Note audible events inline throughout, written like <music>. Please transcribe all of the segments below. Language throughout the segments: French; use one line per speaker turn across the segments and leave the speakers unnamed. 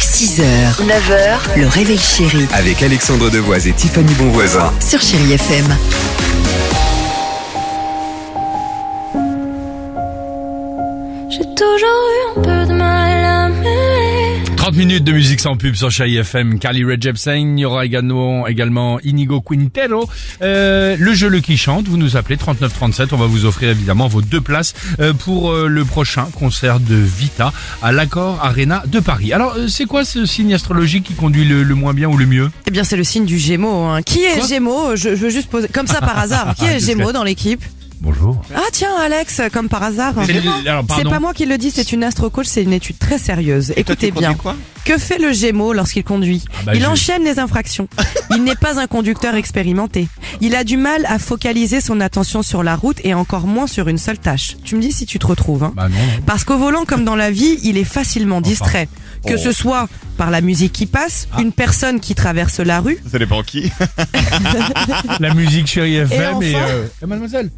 6h, 9h, le réveil chéri
Avec Alexandre Devoise et Tiffany Bonvoisin.
sur Chéri FM.
J'ai toujours eu un peu de mal à m'aimer.
30 minutes de musique sans pub sur Chai FM. Carly Rae Jepsen, il y aura également, également Inigo Quintero. Euh, le jeu Le Qui Chante, vous nous appelez 3937. On va vous offrir évidemment vos deux places euh, pour euh, le prochain concert de Vita à l'Accord Arena de Paris. Alors, euh, c'est quoi ce signe astrologique qui conduit le, le moins bien ou le mieux
Eh bien, c'est le signe du Gémeaux. hein. Qui est
Quoi Ah,
Gémeaux je, je veux juste poser comme ça
<laughs>
par hasard. Qui est
Qu'est-ce
Gémeaux dans l'équipe
Bonjour.
Ah tiens, Alex, comme par hasard.
C'est le- alors,
C'est
pardon.
pas moi qui le dis, c'est une astrocoach, c'est une étude très sérieuse. Écoutez bien. Que fait le Gémeaux lorsqu'il conduit
bah,
Il
je-
enchaîne
<laughs>
les infractions. Il n'est pas un conducteur expérimenté. Il a du mal à focaliser son attention sur la route et encore moins sur une seule tâche. Tu me dis si tu te retrouves. Hein.
Bah non, non.
Parce qu'au volant, comme dans la vie, il est facilement distrait. Que
Oh.
ce soit par la musique qui passe,
Ah.
une personne qui traverse la rue,
Ça dépend qui.
La musique Chéri FM et,
enfin
euh, eh, mademoiselle.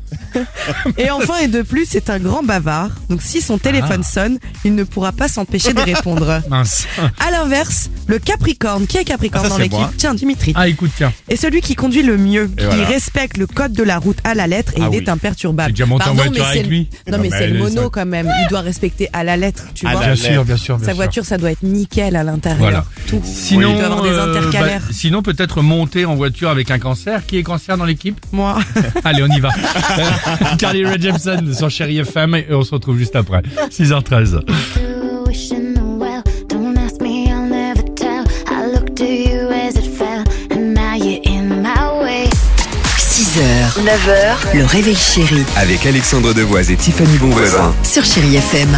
Et enfin et de plus, c'est un grand bavard. Donc si son téléphone
Ah.
sonne, il ne pourra pas s'empêcher
<laughs>
de répondre.
Mince.
À l'inverse, le Capricorne, qui est Capricorne
Ah, ça,
dans
c'est
l'équipe
moi.
Tiens, Dimitri.
Ah, écoute, tiens.
Est celui qui conduit le mieux, qui
voilà.
respecte le code de la route à la lettre et
Ah oui.
il est imperturbable.
J'ai déjà monté en
Pardon,
voiture
mais
avec
c'est-
lui.
Non, mais c'est
elle
le
est-
mono quand même. Il doit respecter à la lettre, tu
À
vois.
la-
Ah, Bien sûr, bien sûr, bien
Sa
sûr.
voiture, ça doit être nickel à l'intérieur.
Voilà.
Tout.
Sinon,
Il doit avoir des
euh,
intercalaires.
bah, sinon peut-être monter en voiture avec un cancer. Qui est cancer dans l'équipe
Moi.
Allez, on y va. <laughs> Carly Rae Jepsen sur Chéri FM et on se retrouve juste après. 6h13.
Do wishing well. Don't ask me, I'll never tell. I looked to you as it fell, and now you're in my way.
6h, 9h, le réveil chéri
Avec Alexandre Devoise et Tiffany Bonvoisin.
sur Chéri FM.